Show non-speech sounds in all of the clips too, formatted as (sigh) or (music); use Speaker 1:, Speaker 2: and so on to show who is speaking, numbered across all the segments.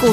Speaker 1: 股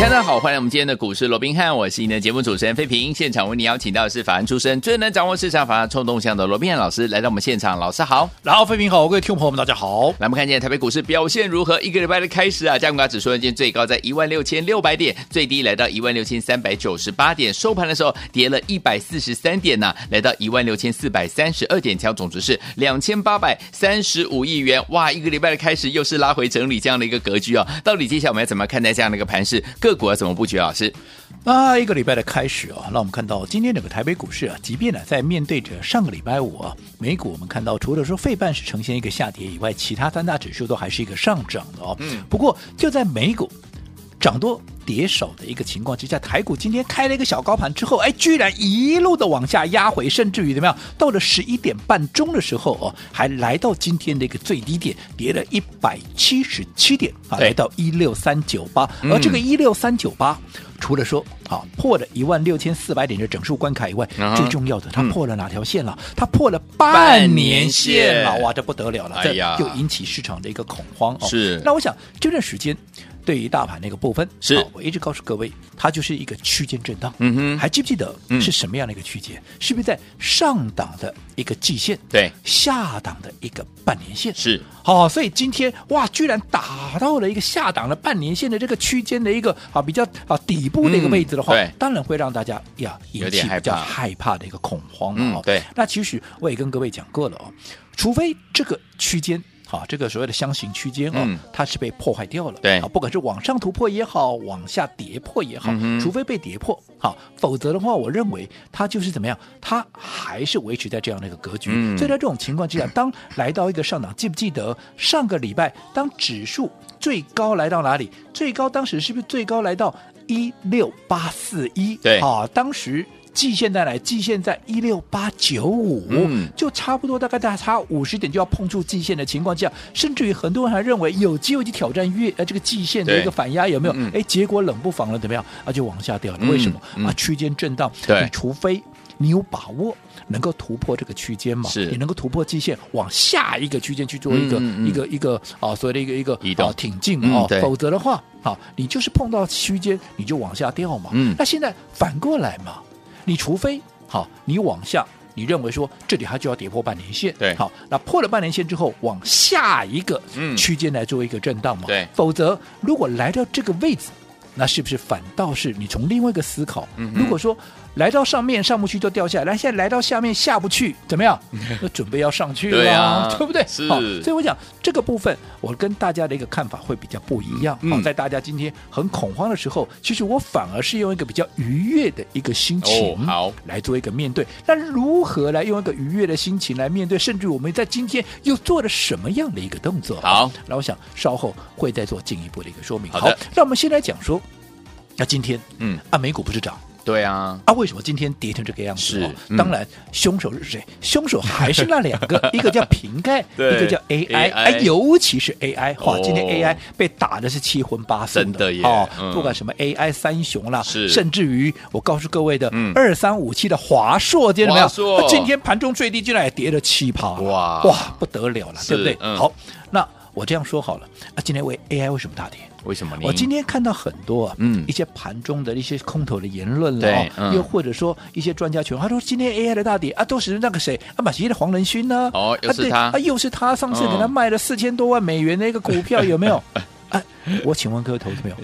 Speaker 2: 大家好，欢迎我们今天的股市罗宾汉，我是你的节目主持人费平。现场为你邀请到的是法案出身、最能掌握市场法案冲动向的罗宾汉老师来到我们现场，老师好。
Speaker 3: 然后，飞平好，各位听众朋友们，大家好。
Speaker 2: 来，我们看见台北股市表现如何？一个礼拜的开始啊，加权指数今天最高在一万六千六百点，最低来到一万六千三百九十八点，收盘的时候跌了一百四十三点呐、来到一万六千四百三十二点，成交总值是两千八百三十五亿元。哇，一个礼拜的开始又是拉回整理这样的一个格局哦。到底接下来我们要怎么看待这样的一个盘势？个股要怎么布局啊？老师，
Speaker 3: 那一个礼拜的开始啊，让我们看到今天整个台北股市啊，即便呢、在面对着上个礼拜五啊，美股我们看到除了说费半是呈现一个下跌以外，其他三大指数都还是一个上涨的哦。
Speaker 2: 嗯
Speaker 3: 不过就在美股涨多跌少的一个情况之下，台股今天开了一个小高盘之后，哎，居然一路的往下压回，甚至于怎么样？到了十一点半钟的时候哦，还来到今天的一个最低点，跌了一百七十七点啊，
Speaker 2: 对
Speaker 3: 来到一六三九八，
Speaker 2: 嗯
Speaker 3: 而这个一六三九八。除了说好破了一万六千四百点的整数关卡以外
Speaker 2: 嗯哼
Speaker 3: 最重要的，它
Speaker 2: 嗯
Speaker 3: 破了哪条线了？它破了
Speaker 2: 半
Speaker 3: 半
Speaker 2: 年
Speaker 3: 年线了！
Speaker 2: 线
Speaker 3: 哇，这不得了了，
Speaker 2: 哎
Speaker 3: 这
Speaker 2: 呀
Speaker 3: 又引起市场的一个恐慌哦。
Speaker 2: 是
Speaker 3: 那我想这段时间对于大盘的一个部分，
Speaker 2: 是
Speaker 3: 啊我一直告诉各位，它就是一个区间震荡。
Speaker 2: 嗯哼
Speaker 3: 还记不记得
Speaker 2: 嗯
Speaker 3: 是什么样的一个区间？是不是在上档的一个季线，
Speaker 2: 对
Speaker 3: 下档的一个半年线？
Speaker 2: 是
Speaker 3: 好、所以今天哇，居然打到了一个下档的半年线的这个区间的一个啊比较啊底部的一个位置的
Speaker 2: 嗯
Speaker 3: 话，
Speaker 2: 对
Speaker 3: 当然会让大家呀引
Speaker 2: 有
Speaker 3: 起
Speaker 2: 点害
Speaker 3: 比较
Speaker 2: 怕
Speaker 3: 害怕的一个恐慌了
Speaker 2: 嗯
Speaker 3: 哦。
Speaker 2: 对
Speaker 3: 那其实我也跟各位讲过了哦，除非这个区间。啊，这个所谓的箱型区间哦，
Speaker 2: 嗯
Speaker 3: 它是被破坏掉了。
Speaker 2: 对
Speaker 3: 啊，不管是往上突破也好，往下跌破也好，
Speaker 2: 嗯哼
Speaker 3: 除非被跌破，好，否则的话，我认为它就是怎么样，它还是维持在这样的一个格局。
Speaker 2: 嗯
Speaker 3: 所以在这种情况之下，当来到一个上档，记不记得上个礼拜当指数最高来到哪里？最高当时是不是最高来到一六八四一？
Speaker 2: 对
Speaker 3: 啊，当时。季线在来，季线在一六八九五
Speaker 2: 嗯，
Speaker 3: 就差不多大概大差五十点就要碰触季线的情况下，甚至于很多人还认为有机会去挑战月呃这个季线的
Speaker 2: 对
Speaker 3: 一个反压有没有
Speaker 2: 嗯嗯？
Speaker 3: 哎，结果冷不防了怎么样？啊，就往下掉了。
Speaker 2: 嗯
Speaker 3: 为什么
Speaker 2: 嗯
Speaker 3: 啊？区间震荡，
Speaker 2: 对
Speaker 3: 你除非你有把握能够突破这个区间嘛，
Speaker 2: 是
Speaker 3: 你能够突破季线往下一个区间去做一个
Speaker 2: 嗯嗯嗯
Speaker 3: 一个一个啊所谓的一个一个
Speaker 2: 移动
Speaker 3: 啊挺进
Speaker 2: 嗯
Speaker 3: 嘛，
Speaker 2: 对
Speaker 3: 哦否则的话啊，你就是碰到区间你就往下掉嘛。
Speaker 2: 嗯
Speaker 3: 那现在反过来嘛，你除非好，你往下，你认为说这里它就要跌破半年线，
Speaker 2: 对
Speaker 3: 好，那破了半年线之后，往下一个
Speaker 2: 嗯
Speaker 3: 区间来做一个震荡嘛，
Speaker 2: 对
Speaker 3: 否则如果来到这个位置。那是不是反倒是你从另外一个思考？
Speaker 2: 嗯哼
Speaker 3: 如果说来到上面上不去就掉下来，来现在来到下面下不去，怎么样？
Speaker 2: (laughs)
Speaker 3: 那准备要上去
Speaker 2: 对
Speaker 3: 了，
Speaker 2: 啊
Speaker 3: 对不对？
Speaker 2: 是
Speaker 3: 好，所以我讲这个部分，我跟大家的一个看法会比较不一样。
Speaker 2: 嗯
Speaker 3: 好、在大家今天很恐慌的时候，其实我反而是用一个比较愉悦的一个心情，
Speaker 2: 哦好
Speaker 3: 来做一个面对。那如何来用一个愉悦的心情来面对？甚至我们在今天又做了什么样的一个动作？
Speaker 2: 好，
Speaker 3: 那我想稍后会再做进一步的一个说明。
Speaker 2: 好的
Speaker 3: 那我们先来讲说，那今天
Speaker 2: 嗯
Speaker 3: 啊，美股不是涨。
Speaker 2: 对啊，
Speaker 3: 啊，为什么今天跌成这个样子？
Speaker 2: 是
Speaker 3: 哦
Speaker 2: 嗯
Speaker 3: 当然，凶手是谁？凶手还是那两
Speaker 2: (laughs)
Speaker 3: 个，一个叫瓶盖，一
Speaker 2: 对
Speaker 3: 个叫 AI，
Speaker 2: AI
Speaker 3: 哎，尤其是 AI，哇，今天
Speaker 2: 哦
Speaker 3: AI 被打的是七荤八素
Speaker 2: 真的耶
Speaker 3: 哦
Speaker 2: 嗯，
Speaker 3: 不管什么 AI 三雄啦，
Speaker 2: 是
Speaker 3: 甚至于我告诉各位的
Speaker 2: 嗯
Speaker 3: 二三五七的华硕，见到没
Speaker 2: 华硕
Speaker 3: 有？它今天盘中最低居然也跌了七趴，
Speaker 2: 哇
Speaker 3: 哇，不得了了，
Speaker 2: 是
Speaker 3: 对不对？
Speaker 2: 嗯
Speaker 3: 好，那我这样说好了，啊，今天为 AI 为什么大跌？
Speaker 2: 为什么呢？
Speaker 3: 我今天看到很多啊，
Speaker 2: 嗯
Speaker 3: 一些盘中的一些空头的言论了、
Speaker 2: 对
Speaker 3: 哦，
Speaker 2: 嗯
Speaker 3: 又或者说一些专家群，他说今天 AI 的大跌啊，都是那个谁啊，马奇的黄仁勋呢、
Speaker 2: 哦又是他
Speaker 3: 啊对啊，又是他，上次
Speaker 2: 嗯
Speaker 3: 给他卖了四千多万美元的一个股票，有没
Speaker 2: (laughs)
Speaker 3: 有？啊，我请问各位投资朋友，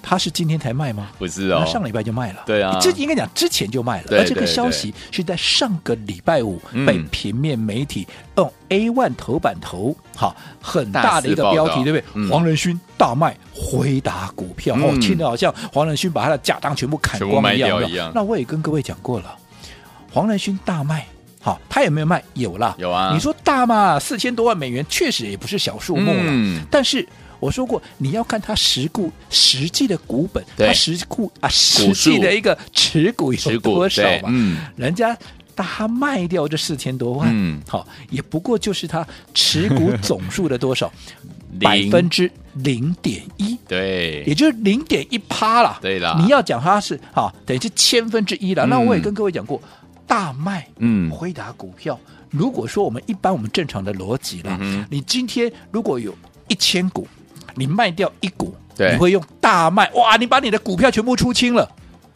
Speaker 3: 他是今天才卖吗？
Speaker 2: 不是哦
Speaker 3: 那，上礼拜就卖了，
Speaker 2: 对啊
Speaker 3: 之应该讲之前就卖了，
Speaker 2: 对
Speaker 3: 而这个
Speaker 2: 对
Speaker 3: 消息是在上个礼拜五
Speaker 2: 嗯
Speaker 3: 被平面媒体用 A one 头版头，好很大的一个标
Speaker 2: 大肆报道
Speaker 3: 题，对不对？
Speaker 2: 嗯
Speaker 3: 黄仁勋大卖回答股票，哦，
Speaker 2: 嗯
Speaker 3: 听得好像黄仁勋把他的假账全部砍
Speaker 2: 全部
Speaker 3: 光
Speaker 2: 卖
Speaker 3: 一样，
Speaker 2: 掉
Speaker 3: 有没有
Speaker 2: 一样
Speaker 3: 那我也跟各位讲过了，黄仁勋大卖。好，他有没有卖？有啦，
Speaker 2: 有啊
Speaker 3: 你说大嘛，四千多万美元确实也不是小数目了。
Speaker 2: 嗯
Speaker 3: 但是我说过，你要看它实股实际的股本，
Speaker 2: 对
Speaker 3: 它实股啊实际的一个持股有
Speaker 2: 持股
Speaker 3: 多少
Speaker 2: 对
Speaker 3: 嘛？
Speaker 2: 嗯
Speaker 3: 人家。但他卖掉这四千多万，
Speaker 2: 嗯
Speaker 3: 好，也不过就是他持股总数的多少，
Speaker 2: (laughs)
Speaker 3: 百
Speaker 2: 零
Speaker 3: 分之零点一，也
Speaker 2: 对，
Speaker 3: 就是零点一趴啦。
Speaker 2: 对啦
Speaker 3: 你要讲它是啊，等于是千分之一了。那
Speaker 2: 嗯
Speaker 3: 我也跟各位讲过，大卖，
Speaker 2: 嗯
Speaker 3: 回答股票。如果说我们一般我们正常的逻辑啦，
Speaker 2: 嗯哼
Speaker 3: 你今天如果有一千股，你卖掉一股，
Speaker 2: 对
Speaker 3: 你会用大卖，哇，你把你的股票全部出清了，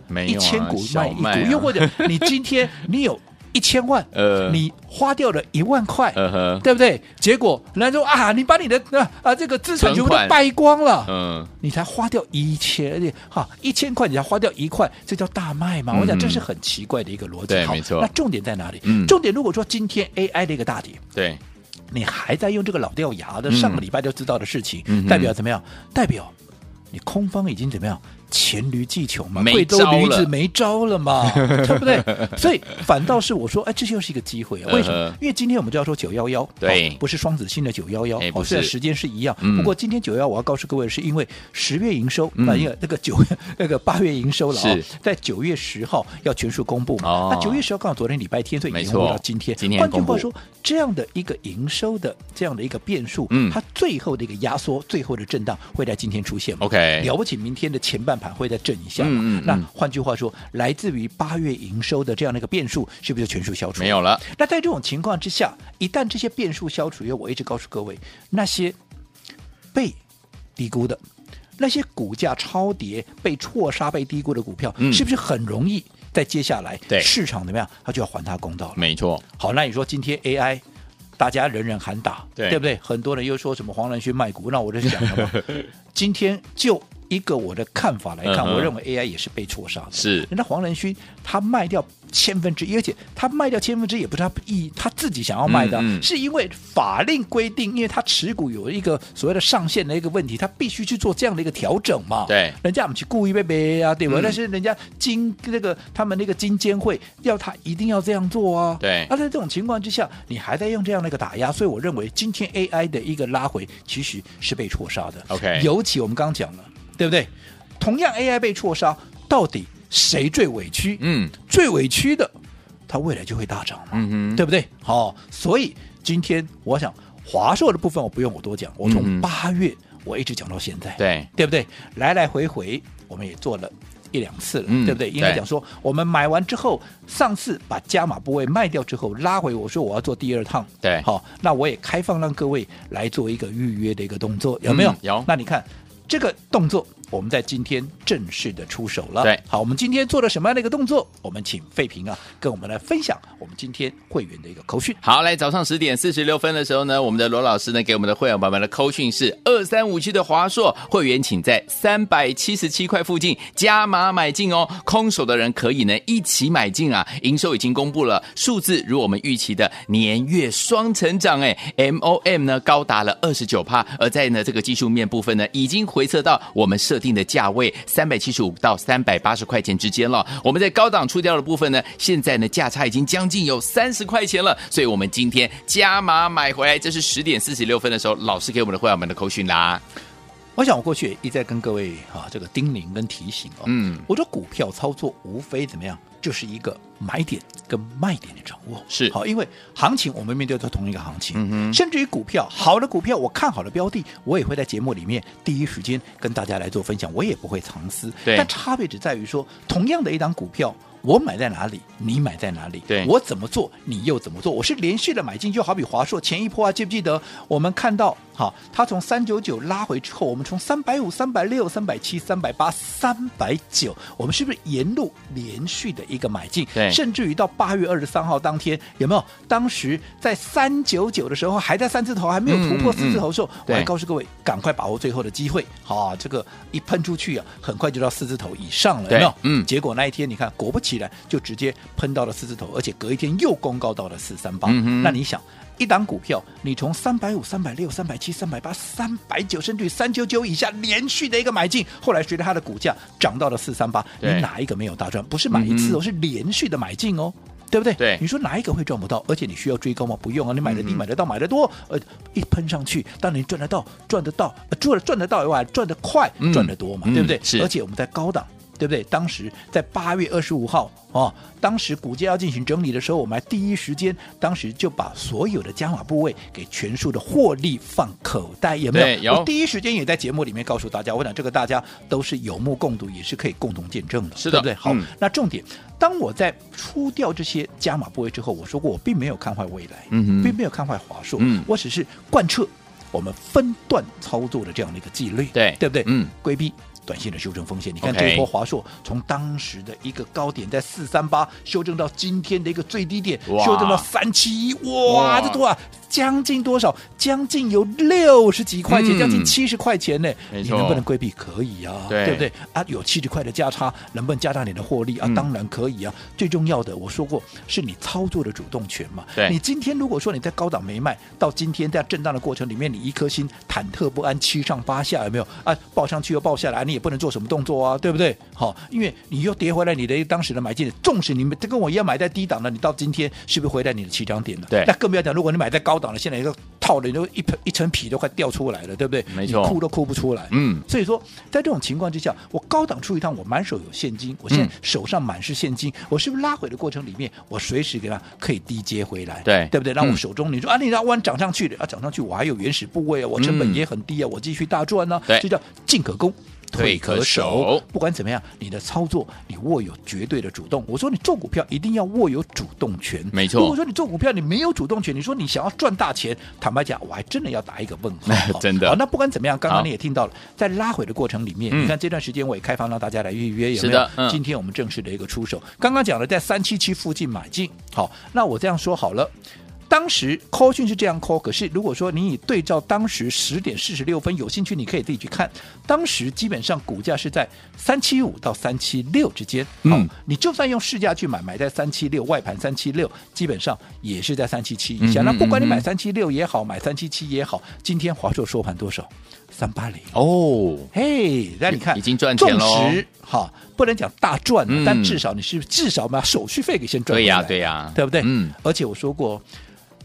Speaker 2: 没
Speaker 3: 一
Speaker 2: 有啊
Speaker 3: 千股卖
Speaker 2: 小
Speaker 3: 一股，
Speaker 2: 啊
Speaker 3: 又或者你今天你有一千万，
Speaker 2: (laughs) 呃
Speaker 3: 你花掉了一万块，
Speaker 2: 呃呵，
Speaker 3: 对不对？结果人家说啊，你把你的啊啊这个资产全
Speaker 2: 存
Speaker 3: 部都
Speaker 2: 款
Speaker 3: 败光了，
Speaker 2: 嗯，
Speaker 3: 你才花掉一千，而且哈一千块你才花掉一块，这叫大卖吗？
Speaker 2: 嗯
Speaker 3: 我讲这是很奇怪的一个逻辑。
Speaker 2: 对
Speaker 3: 好
Speaker 2: 没错
Speaker 3: 那重点在哪里？
Speaker 2: 嗯
Speaker 3: 重点如果说今天 AI 的一个大跌，
Speaker 2: 对，
Speaker 3: 你还在用这个老掉牙的
Speaker 2: 嗯
Speaker 3: 上个礼拜就知道的事情，
Speaker 2: 嗯哼
Speaker 3: 代表怎么样？代表你空方已经怎么样？黔驴技穷嘛，
Speaker 2: 没
Speaker 3: 贵州
Speaker 2: 招
Speaker 3: 驴
Speaker 2: 了
Speaker 3: 子没招
Speaker 2: (laughs)
Speaker 3: 了嘛，对不对？所以反倒是我说，哎，这就是一个
Speaker 2: (laughs)
Speaker 3: 机会啊。为什么？
Speaker 2: 嗯哼
Speaker 3: 因为今天我们就要说九幺幺，
Speaker 2: 对
Speaker 3: 哦不是双子星的九幺幺
Speaker 2: 哎，不
Speaker 3: 哦，
Speaker 2: 是
Speaker 3: 虽然时间是一样，
Speaker 2: 嗯
Speaker 3: 不过今天九幺我要告诉各位，是因为十月营收，
Speaker 2: 嗯
Speaker 3: 那因为那个九 (laughs) 那个八月营收了哦
Speaker 2: 是，
Speaker 3: 在九月十号要全数公布
Speaker 2: 哦
Speaker 3: 嘛。那九月十号刚好昨天礼拜天，所以
Speaker 2: 没
Speaker 3: 延
Speaker 2: 错
Speaker 3: 误到今天。
Speaker 2: 今天
Speaker 3: 换句
Speaker 2: 公布
Speaker 3: 话说，哦这样的一个营收的这样的一个变数，
Speaker 2: 嗯
Speaker 3: 它最后的一个压缩、最后的震荡会在今天出现吗
Speaker 2: OK
Speaker 3: 了不起，明天的前半盘会再震一下嘛。
Speaker 2: 嗯嗯嗯
Speaker 3: 那换句话说，来自于八月营收的这样的一个变数，是不是就全数消除？
Speaker 2: 没有。了，
Speaker 3: 那在这种情况之下，一旦这些变数消除以后，我一直告诉各位，那些被低估的、那些股价超跌、被错杀、被低估的股票，
Speaker 2: 嗯
Speaker 3: 是不是很容易在接下来
Speaker 2: 对
Speaker 3: 市场怎么样，它就要还它公道了？
Speaker 2: 没错，
Speaker 3: 好，那你说今天 AI？大家人人喊打，
Speaker 2: 对
Speaker 3: 不对？很多人又说什么黄仁勋卖股，那我就想
Speaker 2: (laughs)
Speaker 3: 了嘛，今天就一个我的看法来看，
Speaker 2: 嗯哼
Speaker 3: 我认为 AI 也是被错杀的。
Speaker 2: 是
Speaker 3: 人家黄仁勋他卖掉千分之一，而且他卖掉千分之一也不是他意他自己想要卖的啊，
Speaker 2: 嗯嗯
Speaker 3: 是因为法令规定，因为他持股有一个所谓的上限的一个问题，他必须去做这样的一个调整嘛。
Speaker 2: 对
Speaker 3: 人家不去故意被背啊，对吧？
Speaker 2: 嗯
Speaker 3: 但是人家金那个他们那个金监会要他一定要这样做啊。
Speaker 2: 对
Speaker 3: 那在这种情况之下，你还在用这样的一个打压，所以我认为今天 AI 的一个拉回其实是被错杀的。
Speaker 2: OK
Speaker 3: 尤其我们刚讲了，对不对？同样 AI 被错杀，到底谁最委屈？
Speaker 2: 嗯
Speaker 3: 最委屈的，它未来就会大涨嘛，
Speaker 2: 嗯哼，
Speaker 3: 对不对？好、所以今天我想华硕的部分我不用我多讲，我
Speaker 2: 嗯
Speaker 3: 从
Speaker 2: 哼
Speaker 3: 八月我一直讲到现在，
Speaker 2: 对
Speaker 3: 对不对？来来回回我们也做了。一两次了，
Speaker 2: 嗯
Speaker 3: 对不对？应该
Speaker 2: 对
Speaker 3: 讲说，我们买完之后，上次把加码部位卖掉之后，拉回我说我要做第二趟，
Speaker 2: 对
Speaker 3: 好、那我也开放让各位来做一个预约的一个动作，有没有？
Speaker 2: 嗯有
Speaker 3: 那你看这个动作，我们在今天正式的出手了。
Speaker 2: 对
Speaker 3: 好，我们今天做了什么样的一个动作？我们请费平啊，跟我们来分享我们今天会员的一个口讯。
Speaker 2: 好，来早上十点四十六分的时候呢，我们的罗老师呢给我们的会员宝宝们的扣讯是二三五七的华硕会员，请在三百七十七块附近加码买进哦。空手的人可以呢一起买进啊。营收已经公布了，数字如我们预期的年月双成长，哎，MOM 呢高达了二十九帕，而在呢这个技术面部分呢已经回测到我们设定的价位三百七十五到三百八十块钱之间了。我们在高档出掉的部分呢，现在呢价差已经将近有三十块钱了，所以我们今天加码买回来，这是十点四十六分的时候，老师给我们的会员们的口讯啦。
Speaker 3: 我想我过去也一再跟各位啊这个叮咛跟提醒哦，
Speaker 2: 嗯，
Speaker 3: 我说股票操作无非怎么样，就是一个买点跟卖点的掌握。
Speaker 2: 是
Speaker 3: 好，因为行情我们面对的同一个行情，
Speaker 2: 嗯哼
Speaker 3: 甚至于股票好的股票，我看好的标的，我也会在节目里面第一时间跟大家来做分享，我也不会藏私。
Speaker 2: 对
Speaker 3: 但差别只在于说，同样的一档股票。我买在哪里，你买在哪里？
Speaker 2: 对
Speaker 3: 我怎么做，你又怎么做？我是连续的买进，就好比华硕前一波啊，记不记得我们看到，好，它从三九九拉回之后，我们从三百五、三百六、三百七、三百八、三百九，我们是不是沿路连续的一个买进？
Speaker 2: 对
Speaker 3: 甚至于到八月二十三号当天，有没有？当时在三九九的时候，还在三字头，还没有突破
Speaker 2: 嗯嗯
Speaker 3: 四字头的时候，我
Speaker 2: 对
Speaker 3: 还告诉各位，赶快把握最后的机会。好、这个一喷出去啊，很快就到四字头以上了，有
Speaker 2: 对
Speaker 3: 没有？
Speaker 2: 嗯
Speaker 3: 结果那一天你看，果不其然，就直接喷到了四字头，而且隔一天又公告到了四三八
Speaker 2: 嗯哼。
Speaker 3: 那你想？一档股票，你从三百五、三百六、三百七、三百八、三百九，甚至三九九以下连续的一个买进，后来随着它的股价涨到了四三八，你
Speaker 2: 对
Speaker 3: 哪一个没有大赚？不是买一
Speaker 2: 嗯
Speaker 3: 次
Speaker 2: 哼
Speaker 3: 哦，是连续的买进哦，对不对？
Speaker 2: 对
Speaker 3: 你说哪一个会赚不到？而且你需要追高吗？不用啊，你买的
Speaker 2: 嗯
Speaker 3: 低、
Speaker 2: 哼
Speaker 3: 买得到、买得多，呃，一喷上去，当然赚得到、赚得到，呃、除了赚得到以外，赚得快、
Speaker 2: 嗯
Speaker 3: 赚得多嘛，
Speaker 2: 嗯
Speaker 3: 对不对？
Speaker 2: 是
Speaker 3: 而且我们在高档对不对？当时在八月二十五号哦，当时股价要进行整理的时候，我们还第一时间，当时就把所有的加码部位给全数的获利放口袋，有没有？
Speaker 2: 对有
Speaker 3: 我第一时间也在节目里面告诉大家，我想这个大家都是有目共睹，也是可以共同见证的，
Speaker 2: 是的
Speaker 3: 对不对？好，
Speaker 2: 嗯
Speaker 3: 那重点，当我在出掉这些加码部位之后，我说过我并没有看坏未来，
Speaker 2: 嗯哼
Speaker 3: 并没有看坏华硕，
Speaker 2: 嗯
Speaker 3: 我只是贯彻我们分段操作的这样的一个纪律，
Speaker 2: 对
Speaker 3: 对不对？
Speaker 2: 嗯，
Speaker 3: 规避。短线的修正风险，你看
Speaker 2: OK
Speaker 3: 这一波华硕从当时的一个高点在四三八修正到今天的一个最低点，
Speaker 2: 哇
Speaker 3: 修正到三七一，哇，
Speaker 2: 哇
Speaker 3: 这多啊，将近多少？将近有六十几块
Speaker 2: 嗯
Speaker 3: 钱，将近七十块钱呢。
Speaker 2: 没
Speaker 3: 你
Speaker 2: 错
Speaker 3: 能不能规避？可以啊，
Speaker 2: 对
Speaker 3: 不对？啊，有七十块的价差，能不能加大你的获利啊？
Speaker 2: 嗯
Speaker 3: 当然可以啊。最重要的，我说过是你操作的主动权嘛。
Speaker 2: 对
Speaker 3: 你今天如果说你在高档没卖，到今天在震荡的过程里面，你一颗心忐忑不安，七上八下，有没有啊？报上去又报下来，你也不能做什么动作啊，对不对？好、因为你又跌回来你的当时的买进点，纵使你们跟我一样买在低档的，你到今天是不是回到你的起涨点了？
Speaker 2: 对
Speaker 3: 那更不要讲，如果你买在高档的，现在一个套的，你都一盆一层皮都快掉出来了，对不对？
Speaker 2: 没错
Speaker 3: 你哭都哭不出来。
Speaker 2: 嗯，
Speaker 3: 所以说，在这种情况之下，我高档出一趟，我满手有现金，我现
Speaker 2: 嗯
Speaker 3: 在手上满是现金，我是不是拉回的过程里面，我随时给它可以低接回来，
Speaker 2: 对
Speaker 3: 对不对？让我
Speaker 2: 嗯
Speaker 3: 手中你说、啊，你让万涨上去的啊，涨上去我还有原始部位啊，我成本
Speaker 2: 嗯
Speaker 3: 也很低啊，我继续大赚呢、
Speaker 2: 对
Speaker 3: 这叫进可攻。
Speaker 2: 退可守
Speaker 3: 不管怎么样，你的操作你握有绝对的主动。我说你做股票一定要握有主动权，
Speaker 2: 没错。
Speaker 3: 如果说你做股票你没有主动权，你说你想要赚大钱，坦白讲，我还真的要打一个问
Speaker 2: (laughs)
Speaker 3: 号
Speaker 2: 真的
Speaker 3: 好，那不管怎么样，刚
Speaker 2: 好
Speaker 3: 刚你也听到了，在拉回的过程里面，
Speaker 2: 嗯
Speaker 3: 你看这段时间我也开放让大家来预约，有
Speaker 2: 是
Speaker 3: 没
Speaker 2: 的
Speaker 3: 有？
Speaker 2: 嗯
Speaker 3: 今天我们正式的一个出手，刚刚讲了在三七七附近买进。好，那我这样说好了。当时 call 讯是这样 call，可是如果说你以对照当时十点四十六分，有兴趣你可以自己去看。当时基本上股价是在三七五到三七六之间，好
Speaker 2: 嗯
Speaker 3: 你就算用市价去买，买在三七六，外盘三七六，基本上也是在三七七以下。
Speaker 2: 嗯哼
Speaker 3: 那不管你
Speaker 2: 嗯哼
Speaker 3: 买三七六也好，买三七七也好，今天华硕收盘多少？三八零。
Speaker 2: 哦，
Speaker 3: 嘿，那你看
Speaker 2: 已经赚钱
Speaker 3: 纵
Speaker 2: 喽
Speaker 3: 使哈，不能讲大赚，
Speaker 2: 嗯
Speaker 3: 但至少你是至少把手续费给先赚
Speaker 2: 对
Speaker 3: 回
Speaker 2: 呀
Speaker 3: 来，
Speaker 2: 对呀
Speaker 3: 对不对？
Speaker 2: 嗯，
Speaker 3: 而且我说过。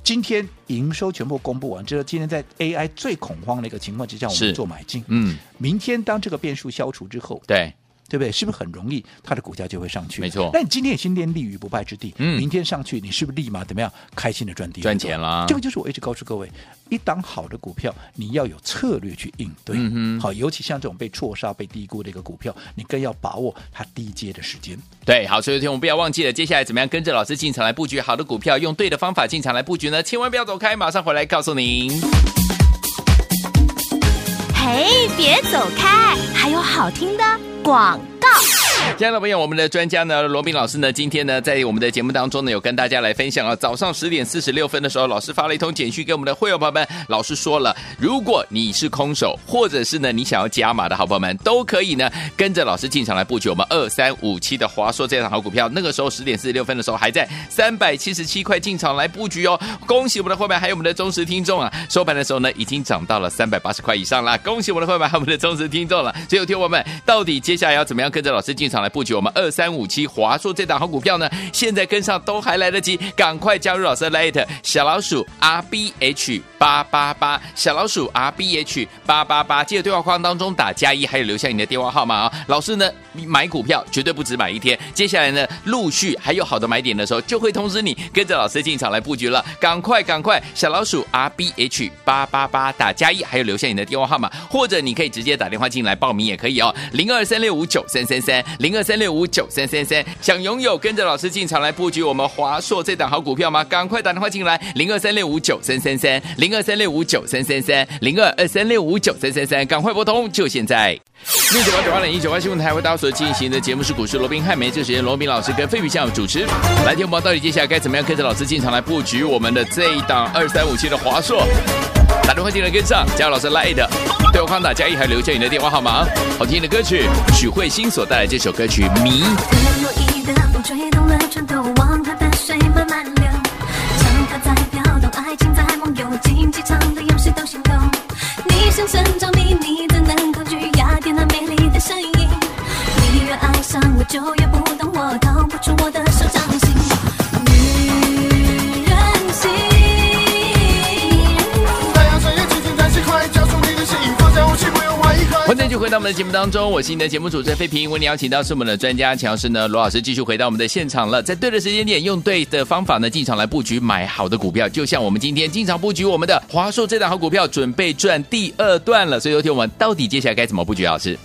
Speaker 3: 今天营收全部公布完之后，今天在 AI 最恐慌的一个情况之下，我
Speaker 2: 是
Speaker 3: 们做买进。
Speaker 2: 嗯，
Speaker 3: 明天当这个变数消除之后，
Speaker 2: 对，
Speaker 3: 对不对？是不是很容易，它的股价就会上去？
Speaker 2: 没错
Speaker 3: 那你今天也先练立于不败之地，
Speaker 2: 嗯
Speaker 3: 明天上去，你是不是立马怎么样开心的赚第一
Speaker 2: 赚
Speaker 3: 桶
Speaker 2: 钱啦
Speaker 3: 这个就是我一直告诉各位，一档好的股票，你要有策略去应对。
Speaker 2: 嗯哼
Speaker 3: 好，尤其像这种被错杀、被低估的一个股票，你更要把握它低接的时间。
Speaker 2: 对，好，所以有一天我们不要忘记了，接下来怎么样跟着老师进场来布局好的股票，用对的方法进场来布局呢？千万不要走开，马上回来告诉您。
Speaker 1: 嘿，别走开，还有好听的广告。
Speaker 2: 亲爱的朋友，我们的专家呢，罗斌老师呢，今天呢，在我们的节目当中呢，有跟大家来分享啊，早上十点四十六分的时候，老师发了一通简讯给我们的会员朋友们，老师说了，如果你是空手，或者是呢你想要加码的好朋友们，都可以呢跟着老师进场来布局我们二三五七的华硕这档好股票。那个时候十点四十六分的时候，还在三百七十七块进场来布局哦。恭喜我们的会员，还有我们的忠实听众啊，收盘的时候呢，已经涨到了三百八十块以上啦。恭喜我们的会员，还有我们的忠实听众了。所以，听我们到底接下来要怎么样跟着老师进场来布局我们二三五七华硕这档好股票呢？现在跟上都还来得及，赶快加入老师的 Lite 小老鼠 R B H 八八八，小老鼠 R B H 八八八，记得对话框当中打加一，还有留下你的电话号码啊、老师呢买股票绝对不止买一天，接下来呢陆续还有好的买点的时候，就会通知你跟着老师进场来布局了。赶快赶快，小老鼠 R B H 八八八打加一，还有留下你的电话号码，或者你可以直接打电话进来报名也可以哦，零二三六五九三三三，零二三六五九三三三。想拥有跟着老师进场来布局我们华硕这档好股票吗？赶快打电话进来，零二三六五九三三三，零二三六五九三三三，零二二三六五九三三三，赶快拨通，就现在。六九八九八零一九八新闻台为大家所进行的节目是股市罗宾汉梅，这时间罗宾老师跟费比相主持。来，天宝到底接下来该怎么样跟着老师进场来布局我们的这一档二三五七的华硕？打电话进来跟上，加入老师 Line 的对话框打加一，还留下你的电话号码。好听的歌曲，许慧欣所带来这首歌曲《迷》。
Speaker 4: 冷落一的冷风吹动了船头，望它的水慢慢流。长发在飘动，爱情在梦游，竞技场的游戏都心动。你深深着迷，你怎能抗拒雅典娜美丽的身影？你越爱上我，就越不懂我，逃不出我的手掌心。女人心。
Speaker 5: 太阳闪耀，青春展现快，交出你的身影，放下武器，不用怀疑。
Speaker 2: 欢迎继续回回到我们的节目当中，我是你的节目主持人费平。为你邀请到是我们的专家强势呢，罗老师继续回到我们的现场了。在对的时间点，用对的方法呢，进场来布局买好的股票。就像我们今天进场布局我们的华硕这档好股票，准备赚第二段了。所以，有天我们到底接下来该怎么布局？老师，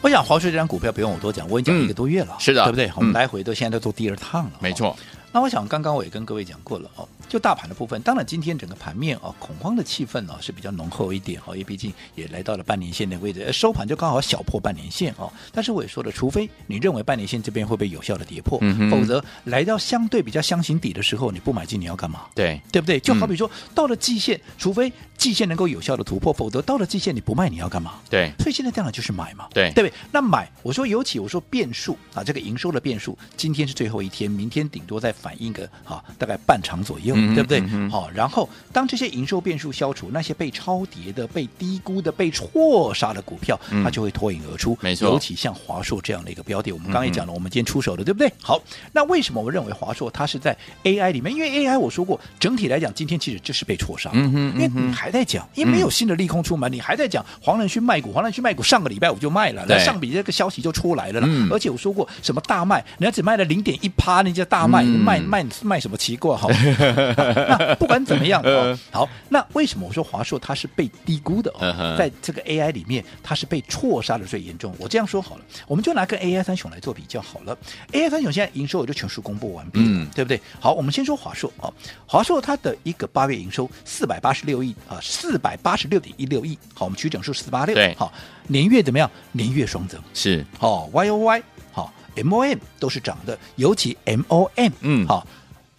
Speaker 3: 我想华硕这张股票不用我多讲，我已经讲了一个多月了，
Speaker 2: 嗯是的
Speaker 3: 对不对？我们
Speaker 2: 嗯
Speaker 3: 来回都现在都做第二趟了，
Speaker 2: 没。错，
Speaker 3: 那我想刚刚我也跟各位讲过了哦，就大盘的部分，当然今天整个盘面啊恐慌的气氛呢、是比较浓厚一点哦，因为毕竟也来到了半年线的位置，呃收盘就刚好小破半年线哦。但是我也说了，除非你认为半年线这边会被有效的跌破，
Speaker 2: 嗯哼
Speaker 3: 否则来到相对比较箱型底的时候，你不买进你要干嘛？
Speaker 2: 对，
Speaker 3: 对不对？就
Speaker 2: 嗯
Speaker 3: 好比说，到了季线，除非季线能够有效的突破，否则到了季线你不卖，你要干嘛？
Speaker 2: 对，
Speaker 3: 所以现在当然就是买嘛，
Speaker 2: 对
Speaker 3: 对不对？那买，我说尤其我说变数啊，这个营收的变数，今天是最后一天，明天顶多再反映个啊大概半场左右，
Speaker 2: 嗯哼
Speaker 3: 对不对
Speaker 2: 嗯？哼
Speaker 3: 好、然后当这些营收变数消除，那些被超跌的、被低估的、被错杀的股票，
Speaker 2: 嗯
Speaker 3: 它就会脱颖而出。
Speaker 2: 没错
Speaker 3: 尤其像华硕这样的一个标的，我们刚
Speaker 2: 嗯
Speaker 3: 刚也讲了，我们今天出手的，对不对？好，那为什么我认为华硕它是在 AI 里面？因为 AI 我说过，整体来讲，今天其实就是被错杀的，
Speaker 2: 嗯哼嗯
Speaker 3: 因为你还在讲，因为没有新的利空出门，你还在讲黄仁勋卖股，黄仁勋卖股上个礼拜我就卖了，
Speaker 2: 对
Speaker 3: 那上比这个消息就出来了啦
Speaker 2: 嗯。
Speaker 3: 而且我说过，什么大卖，人家只卖了零点一趴，人家大卖，
Speaker 2: 嗯
Speaker 3: 卖卖卖什么奇怪好？ (laughs) 那不管怎么样，哦好，那为什么我说华硕它是被低估的？
Speaker 2: 嗯
Speaker 3: 哦
Speaker 2: 哼
Speaker 3: 在这个 AI 里面，它是被错杀的最严重。我这样说好了，我们就拿跟 AI 三雄来做比较好了。AI 三雄现在营收也就全数公布完毕了，
Speaker 2: 嗯
Speaker 3: 对不对？好，我们先说华硕啊、哦，华硕它的一个八月营收四百八十六亿啊，四百八十六点一六亿，好，我们取整数四八六，
Speaker 2: 对
Speaker 3: 好，年月怎么样？年月双增，
Speaker 2: 是，
Speaker 3: 好、y 哦 O Y 好、M O M 都是涨的，尤其 M O M
Speaker 2: 嗯
Speaker 3: 好、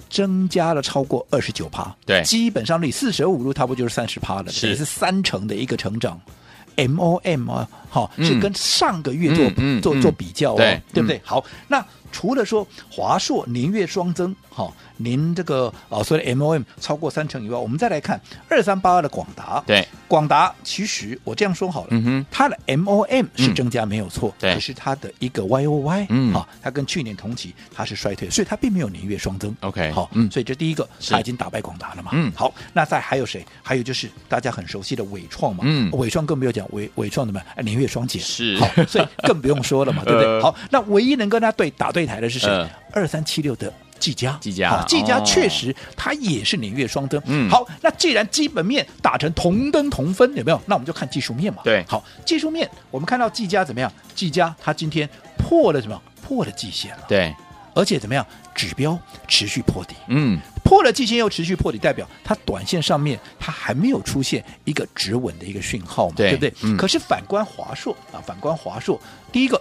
Speaker 3: 增加了超过二十九趴，
Speaker 2: 对
Speaker 3: 基本上你四舍五入差不多就是三十趴了，
Speaker 2: 是
Speaker 3: 也是三成的一个成长。M O M 啊，好、是
Speaker 2: 嗯
Speaker 3: 跟上个月做、
Speaker 2: 嗯嗯
Speaker 3: 做
Speaker 2: 嗯
Speaker 3: 做比较哦，
Speaker 2: 对
Speaker 3: 不对？好，那除了说华硕年月双增，好、您这个啊，所谓的 M O M 超过三成以外，我们再来看二三八二的广达，
Speaker 2: 对，
Speaker 3: 广达其实我这样说好了，
Speaker 2: 嗯哼嗯
Speaker 3: 它的 MOM 是增加没有错，
Speaker 2: 对
Speaker 3: 可是它的一个 YOY，
Speaker 2: 嗯
Speaker 3: 好、它跟去年同期它是衰退，所以它并没有年月双增。
Speaker 2: OK，
Speaker 3: 好、
Speaker 2: 嗯
Speaker 3: 所以这第一个
Speaker 2: 是
Speaker 3: 它已经打败广达了嘛，
Speaker 2: 嗯
Speaker 3: 好，那再还有谁？还有就是大家很熟悉的伟创嘛，
Speaker 2: 嗯
Speaker 3: 伟创更不用讲，伟伟创怎么样哎年月双减，
Speaker 2: 是
Speaker 3: 好，所以更不用说
Speaker 2: (laughs)
Speaker 3: 了嘛，对不对？
Speaker 2: 呃
Speaker 3: 好，哦那唯一能跟它对打对台的是谁
Speaker 2: 呃？
Speaker 3: 二三七六的。技嘉，
Speaker 2: 技嘉
Speaker 3: 好技嘉
Speaker 2: 哦
Speaker 3: 确实它也是年月双增。
Speaker 2: 嗯
Speaker 3: 好，那既然基本面打成同灯同分，有没有？那我们就看技术面嘛。
Speaker 2: 对
Speaker 3: 好，技术面我们看到技嘉怎么样？技嘉它今天破了什么？破了季线了，
Speaker 2: 对，
Speaker 3: 而且怎么样？指标持续破底，
Speaker 2: 嗯，
Speaker 3: 破了季线又持续破底，代表它短线上面它还没有出现一个止稳的一个讯号嘛，
Speaker 2: 对
Speaker 3: 不对？
Speaker 2: 嗯
Speaker 3: 可是反观华硕啊，反观华硕，第一个，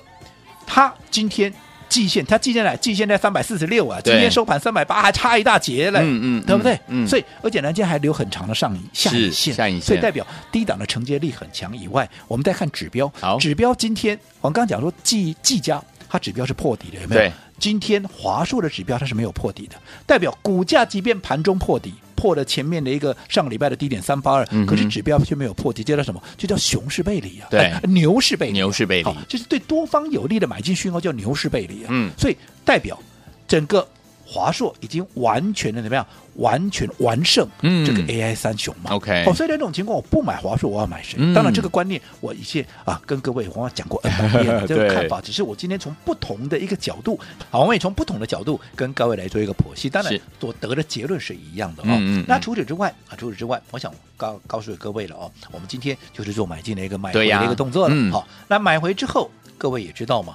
Speaker 3: 它今天。季线，它季线来，季线在三百四十六啊，今
Speaker 2: 对
Speaker 3: 天收盘三百八，还差一大截嘞，
Speaker 2: 嗯嗯嗯
Speaker 3: 对不对？
Speaker 2: 嗯
Speaker 3: 所以而且呢，今天还留很长的上影下影
Speaker 2: 是
Speaker 3: 线，
Speaker 2: 下影线
Speaker 3: 所以代表低档的承接力很强。以外，我们再看指标
Speaker 2: 好，
Speaker 3: 指标今天我们刚刚讲说季季家它指标是破底的，有没有？
Speaker 2: 对
Speaker 3: 今天华硕的指标它是没有破底的，代表股价即便盘中破底，破了前面的一个上个礼拜的低点三八二
Speaker 2: 嗯，哼
Speaker 3: 可是指标却没有破底，这叫什么？这叫熊市背离啊！
Speaker 2: 对
Speaker 3: 哎牛市背离啊，
Speaker 2: 牛市背离
Speaker 3: 好这是对多方有利的买进讯号，叫牛市背离啊。
Speaker 2: 嗯
Speaker 3: 所以代表整个华硕已经完全的怎么样？完全完胜
Speaker 2: 嗯
Speaker 3: 这个 AI 三雄嘛。
Speaker 2: OK
Speaker 3: 哦，所以在这种情况，我不买华硕，我要买谁？
Speaker 2: 嗯
Speaker 3: 当然，这个观念我以前啊跟各位我讲过 N 百遍
Speaker 2: (laughs)
Speaker 3: 了，这个
Speaker 2: 对
Speaker 3: 看法，只是我今天从不同的一个角度，好，我也从不同的角度跟各位来做一个剖析。当然
Speaker 2: 是，
Speaker 3: 所得的结论是一样的哦。
Speaker 2: 嗯嗯嗯
Speaker 3: 那除此之外啊，除此之外，我想告告诉各位了哦，我们今天就是做买进的一个买
Speaker 2: 对
Speaker 3: 回
Speaker 2: 呀
Speaker 3: 的一个动作了。
Speaker 2: 嗯
Speaker 3: 好，那买回之后，各位也知道嘛。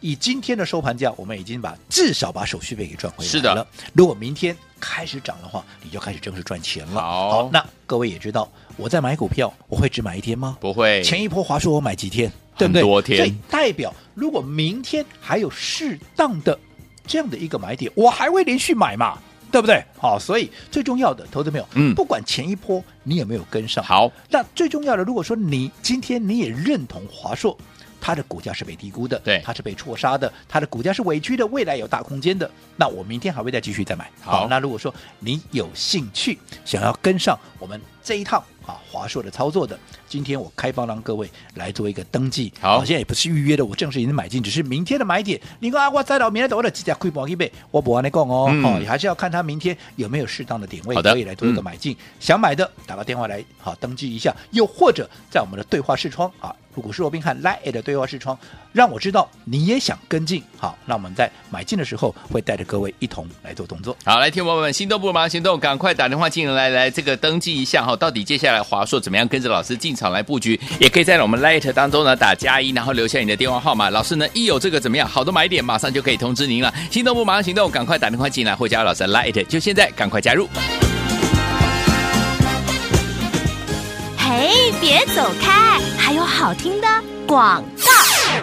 Speaker 3: 以今天的收盘价，我们已经把至少把手续费给赚回来了。
Speaker 2: 是的
Speaker 3: 如果明天开始涨的话，你就开始正式赚钱了。
Speaker 2: 好
Speaker 3: 那各位也知道，我在买股票，我会只买一天吗？
Speaker 2: 不会，
Speaker 3: 前一波华硕我买几天，对不对？
Speaker 2: 很多天
Speaker 3: 所以代表如果明天还有适当的这样的一个买点，我还会连续买嘛，对不对？好，所以最重要的，投资朋友，
Speaker 2: 嗯
Speaker 3: 不管前一波你有没有跟上，
Speaker 2: 好，
Speaker 3: 那最重要的，如果说你今天你也认同华硕，它的股价是被低估的，
Speaker 2: 对
Speaker 3: 它是被错杀的，它的股价是委屈的，未来有大空间的，那我明天还会再继续再买。
Speaker 2: 好
Speaker 3: 那如果说你有兴趣想要跟上我们这一趟啊华硕的操作的，今天我开放让各位来做一个登记。
Speaker 2: 好
Speaker 3: 啊现在也不是预约的，我正式已经买进，只是明天的买点。你讲啊，我再到明天等我的几家亏本一倍，我不安你讲哦，
Speaker 2: 嗯
Speaker 3: 哦，也还是要看它明天有没有适当的点位
Speaker 2: 好的
Speaker 3: 可以来做一个
Speaker 2: 嗯
Speaker 3: 买进。想买的打个电话来，好登记一下，又或者在我们的对话视窗啊，如果是罗宾汉 Line 的对话视窗，让我知道你也想跟进，好，那我们在买进的时候会带着各位一同来做动作。
Speaker 2: 好，来，听众朋友们，心动不如马上行动，赶快打电话进来，来这个登记一下哈，到底接下来华硕怎么样跟着老师进场来布局？也可以在我们 Light 当中呢打加一，然后留下你的电话号码，老师呢一有这个怎么样好的买点，马上就可以通知您了。心动不如马上行动，赶快打电话进来，或加入老师的 Light，就现在，赶快加入。
Speaker 1: 嘿，别走开，还有好听的广告。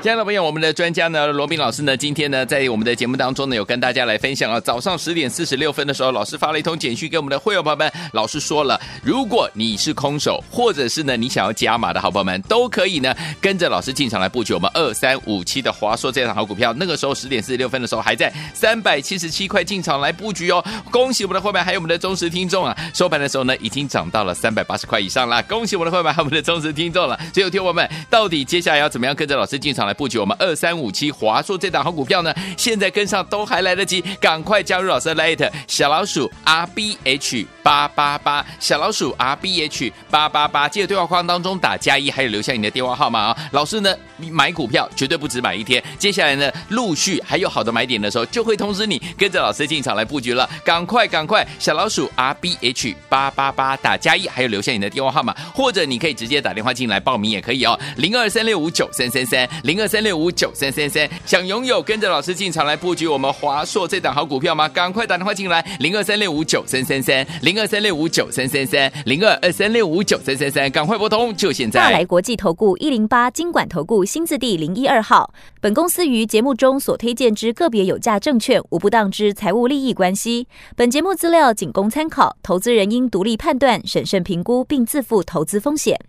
Speaker 2: 亲爱的朋友我们的专家呢，罗斌老师呢，今天呢，在我们的节目当中呢，有跟大家来分享啊，早上十点四十六分的时候，老师发了一通简讯给我们的会员朋友们，老师说了，如果你是空手，或者是呢你想要加码的好朋友们，都可以呢跟着老师进场来布局我们二三五七的华硕这档好股票。那个时候十点四十六分的时候，还在三百七十七块进场来布局哦。恭喜我们的会员，还有我们的忠实听众啊，收盘的时候呢，已经涨到了三百八十块以上啦。恭喜我们的会员，还有我们的忠实听众了。所以，听我们到底接下来要怎么样跟着老师进场来布局我们二三五七华硕这档好股票呢？现在跟上都还来得及，赶快加入老师的 Lite 小老鼠 R B H 八八八，小老鼠 R B H 八八八，记得对话框当中打加一，还有留下你的电话号码啊、老师呢买股票绝对不止买一天，接下来呢陆续还有好的买点的时候，就会通知你跟着老师进场来布局了。赶快赶快，小老鼠 R B H 八八八打加一，还有留下你的电话号码，或者你可以直接打电话进来报名也可以哦，零二三六五九三三三，零二三六五九三三三。想拥有跟着老师进场来布局我们华硕这档好股票吗？赶快打电话进来，零二三六五九三三三，零二三六五九三三三，零二二三六五九三三三，赶快拨通，就现在。
Speaker 6: 大来国际投顾一零八金管投顾新字第零一二号。本公司于节目中所推荐之个别有价证券，无不当之财务利益关系。本节目资料仅供参考，投资人应独立判断、审慎评估，并自负投资风险。